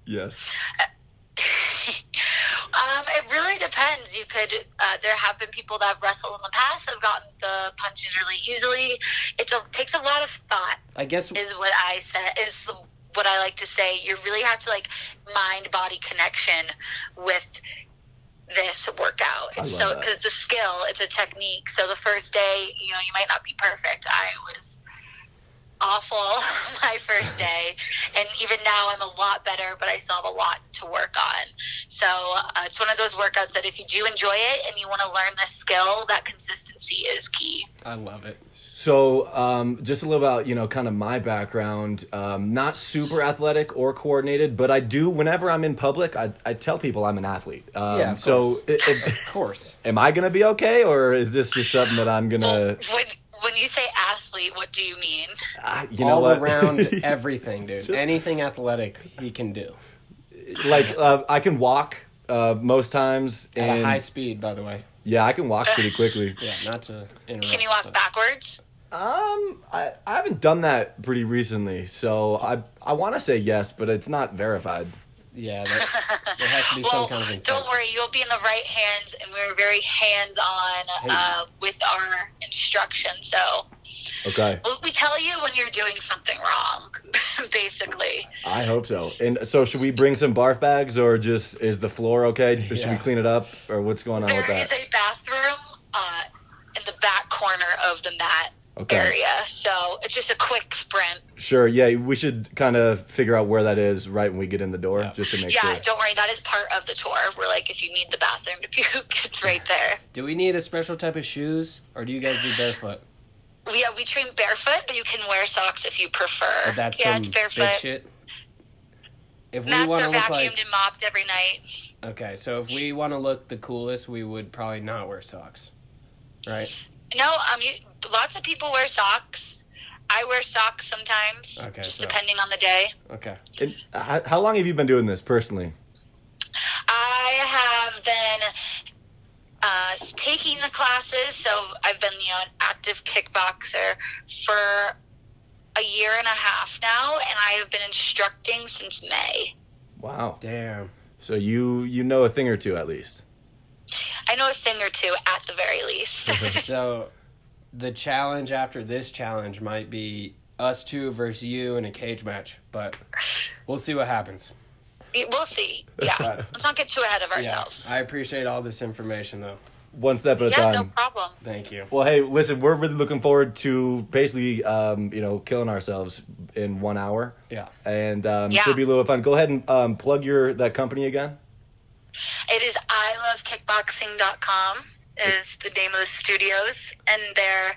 Yes. Um, it really depends. You could. Uh, there have been people that have wrestled in the past that have gotten the punches really easily. It's a takes a lot of thought. I guess. is what I said is what I like to say. You really have to like mind body connection with this workout. I And love so that. because it's a skill, it's a technique. So the first day, you know, you might not be perfect. I was awful my first day and even now i'm a lot better but i still have a lot to work on so uh, it's one of those workouts that if you do enjoy it and you want to learn this skill that consistency is key I love it. So um, just a little about you know kind of my background. Um, not super athletic or coordinated, but I do. Whenever I'm in public, I, I tell people I'm an athlete. Um, Yeah, of so course. i- i- Of course. am I gonna be okay, or is this just something that I'm well, gonna when, when you say athlete what do you mean I- ah, you know all what? around everything, dude. Anything athletic he can do like uh, I can walk uh, most times, at and a high speed, by the way. yeah, I can walk pretty quickly. Yeah, not to interrupt. Can you walk but- backwards? Um, I, I haven't done that pretty recently, so I I want to say yes, but it's not verified. Yeah, that, there has to be some Well, kind of incentive. don't worry, you'll be in the right hands, and we're very hands on uh, with our instruction. So Okay, well, we tell you when you're doing something wrong, basically. I hope so. And so, should we bring some barf bags, or just is the floor okay? Or Should Yeah. we clean it up, or what's going on There with is that? a bathroom uh, in the back corner of the mat Okay. area, so it's just a quick sprint. Sure, yeah, we should kind of figure out where that is right when we get in the door, just to make yeah, sure. don't worry, that is part of the tour. We're like, if you need the bathroom to puke, it's right there. Do we need a special type of shoes, or do you guys do barefoot? We, yeah, we train barefoot, but you can wear socks if you prefer. But that's yeah, some it's big barefoot. shit. If we Mats want to are look vacuumed like and mopped every night. okay, so if we want to look the coolest, we would probably not wear socks, right? No, um, you, lots of people wear socks. I wear socks sometimes, Okay, just so- depending on the day. Okay, And how, how long have you been doing this personally? I have been uh, taking the classes, so I've been, you know, an active kickboxer for a year and a half now, and I have been instructing since May. Wow. damn. So you you know a thing or two at least. I know a thing or two at the very least. so the challenge after this challenge might be us two versus you in a cage match, but we'll see what happens. we'll see. Yeah, let's not get too ahead of Yeah, ourselves. I appreciate all this information though. One step at a yeah time. no problem. Thank you. Well, hey, listen, we're really looking forward to basically, um, you know, killing ourselves in one hour. Yeah. And um, Yeah. should be a little fun. Go ahead and um, plug your that company again. It is I love kickboxing.com is the name of the studios and they're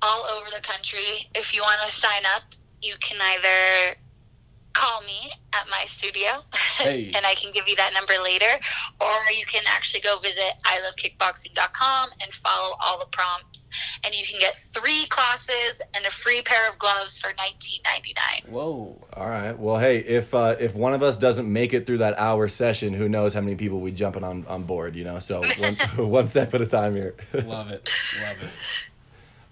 all over the country. If you want to sign up, you can either call me at my studio Hey. and I can give you that number later or you can actually go visit I love kickboxing.com and follow all the prompts and you can get three classes and a free pair of gloves for nineteen ninety nine. Whoa. All right. Well, hey, if uh, if one of us doesn't make it through that hour session, who knows how many people we jumping on on board? You know, so one, one step at a time here. Love it. Love it.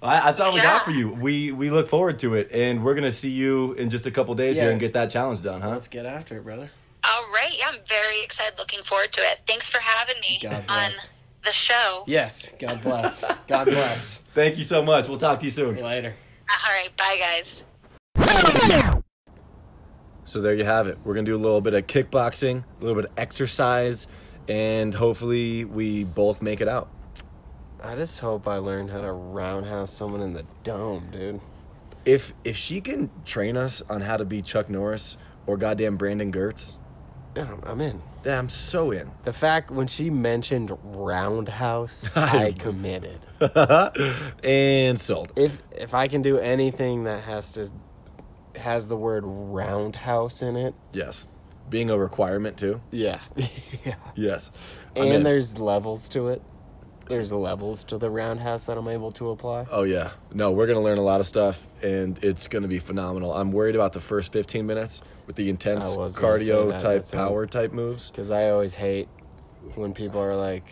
I, that's all we Yeah. got for you. We we look forward to it, and we're gonna see you in just a couple days here Yeah. and get that challenge done, huh? Let's get after it, brother. All right, yeah, I'm very excited. Looking forward to it. Thanks for having me God on bless. the show. Yes. God bless. God bless. Thank you so much. We'll talk to you soon. Later. All right, bye guys. So there you have it. We're gonna do a little bit of kickboxing, a little bit of exercise, and hopefully we both make it out. I just hope I learned how to roundhouse someone in the dome, dude. If if she can train us on how to be Chuck Norris or goddamn Brandon Gertz, Yeah, I'm in. then I'm so in. The fact when she mentioned roundhouse, I committed. and sold. If if I can do anything that has to has the word roundhouse in it, Yes. Being a requirement too. yeah, yeah. Yes. I'm in. And there's levels to it. There's levels to the roundhouse that I'm able to apply. Oh yeah. No, we're gonna learn a lot of stuff, and it's gonna be phenomenal. I'm worried about the first 15 minutes with the intense I was gonna say cardio that, type, that's a- power type moves. Because I always hate when people are like,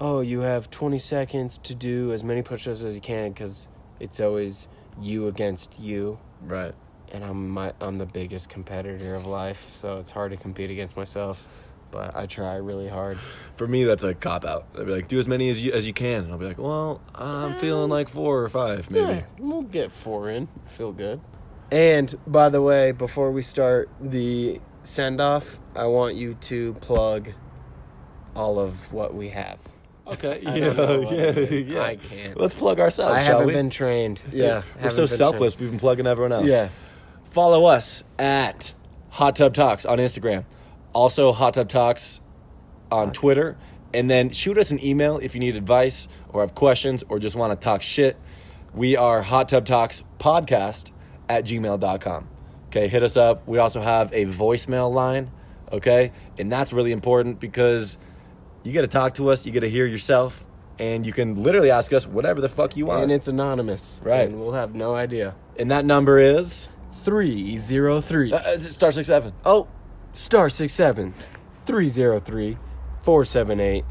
oh, you have 20 seconds to do as many push ups as you can because it's always you against you. Right. And I'm, my, I'm the biggest competitor of life, so it's hard to compete against myself. But I try really hard. For me, that's a cop out. I'd be like, do as many as you as you can, and I'll be like, well, I'm feeling like four or five, maybe. Yeah, we'll get four in. Feel good. And by the way, before we start the send off, I want you to plug all of what we have. Okay. I yeah. don't know what yeah. to do. Yeah. I can't. Let's plug ourselves. I shall haven't we? been trained. Yeah, We're haven't so been selfless. We've been plugging everyone else. trained. Yeah, Follow us at Hot Tub Talks on Instagram. Also, Hot Tub Talks on Twitter. And then shoot us an email if you need advice or have questions or just want to talk shit. We are Hot Tub Talks Podcast at gmail.com. Okay, hit us up. We also have a voicemail line. Okay, and that's really important because you get to talk to us, you get to hear yourself, and you can literally ask us whatever the fuck you want. and it's anonymous. Right. and we'll have no idea. and that number is. Three zero three. Uh, uh, it starts like seven. Oh, star six seven, three zero three, four seven eight,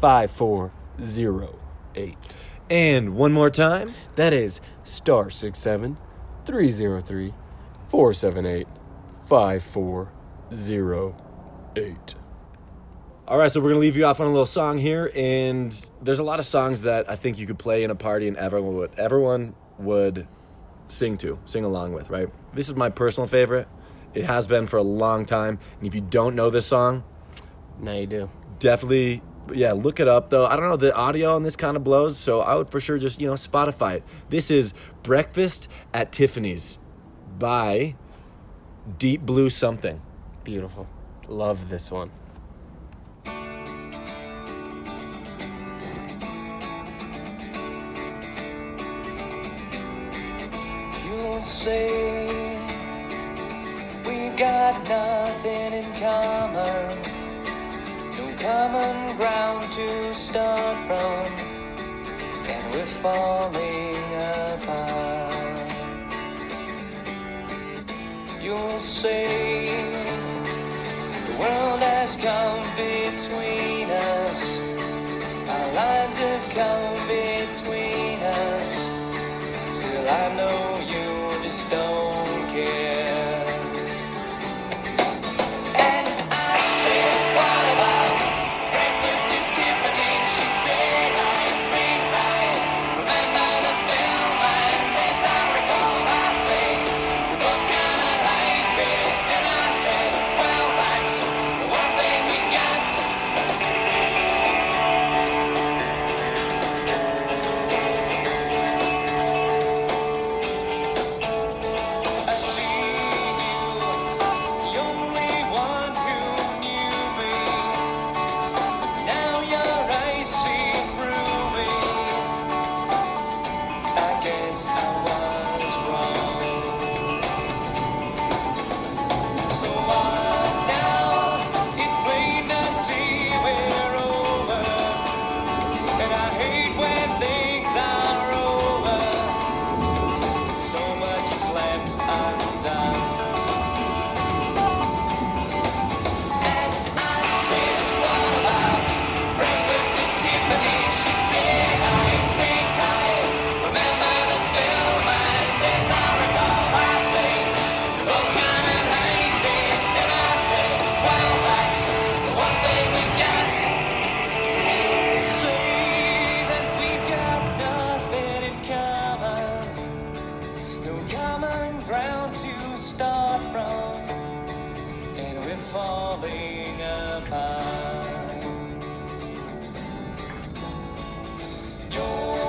five four zero eight. And one more time. That is star six seven, three zero three, four seven eight, five four zero eight. All right, so we're gonna leave you off on a little song here, and there's a lot of songs that I think you could play in a party and everyone would everyone would sing to, sing along with, right? This is my personal favorite. It has been for a long time, and if you don't know this song, Now you do. definitely yeah look it up though i don't know the audio on this kind of blows so i would for sure just you know spotify it this is breakfast at tiffany's by deep blue something Beautiful. Love this one. You'll say we've got nothing in common, no common ground to start from, and we're falling apart. You'll say the world has come between us, our lives have come between us. Still, I know you just don't care. And I said, What about breakfast at Tiffany's? She said, I think mine. Remember the film, and as I recall, I think we both kinda liked it. And I said, Well, that's the one thing we got. I see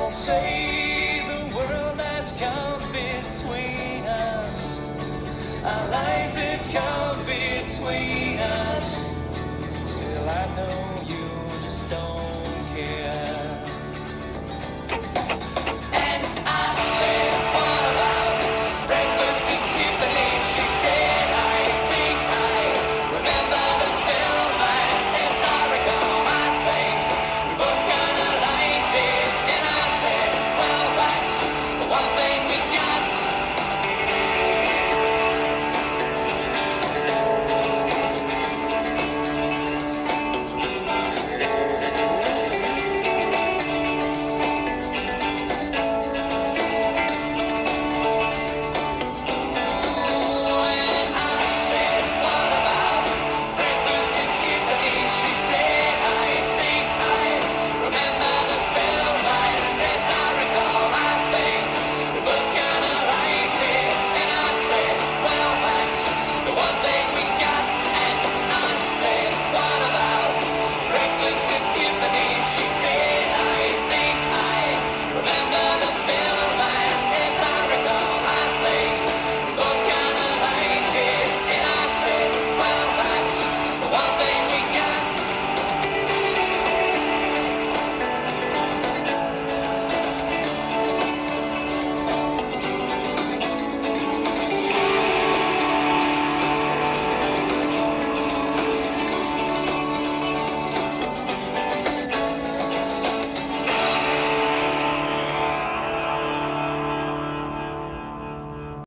say the world has come between us. Our lives have come between us. Still, I know you just don't care.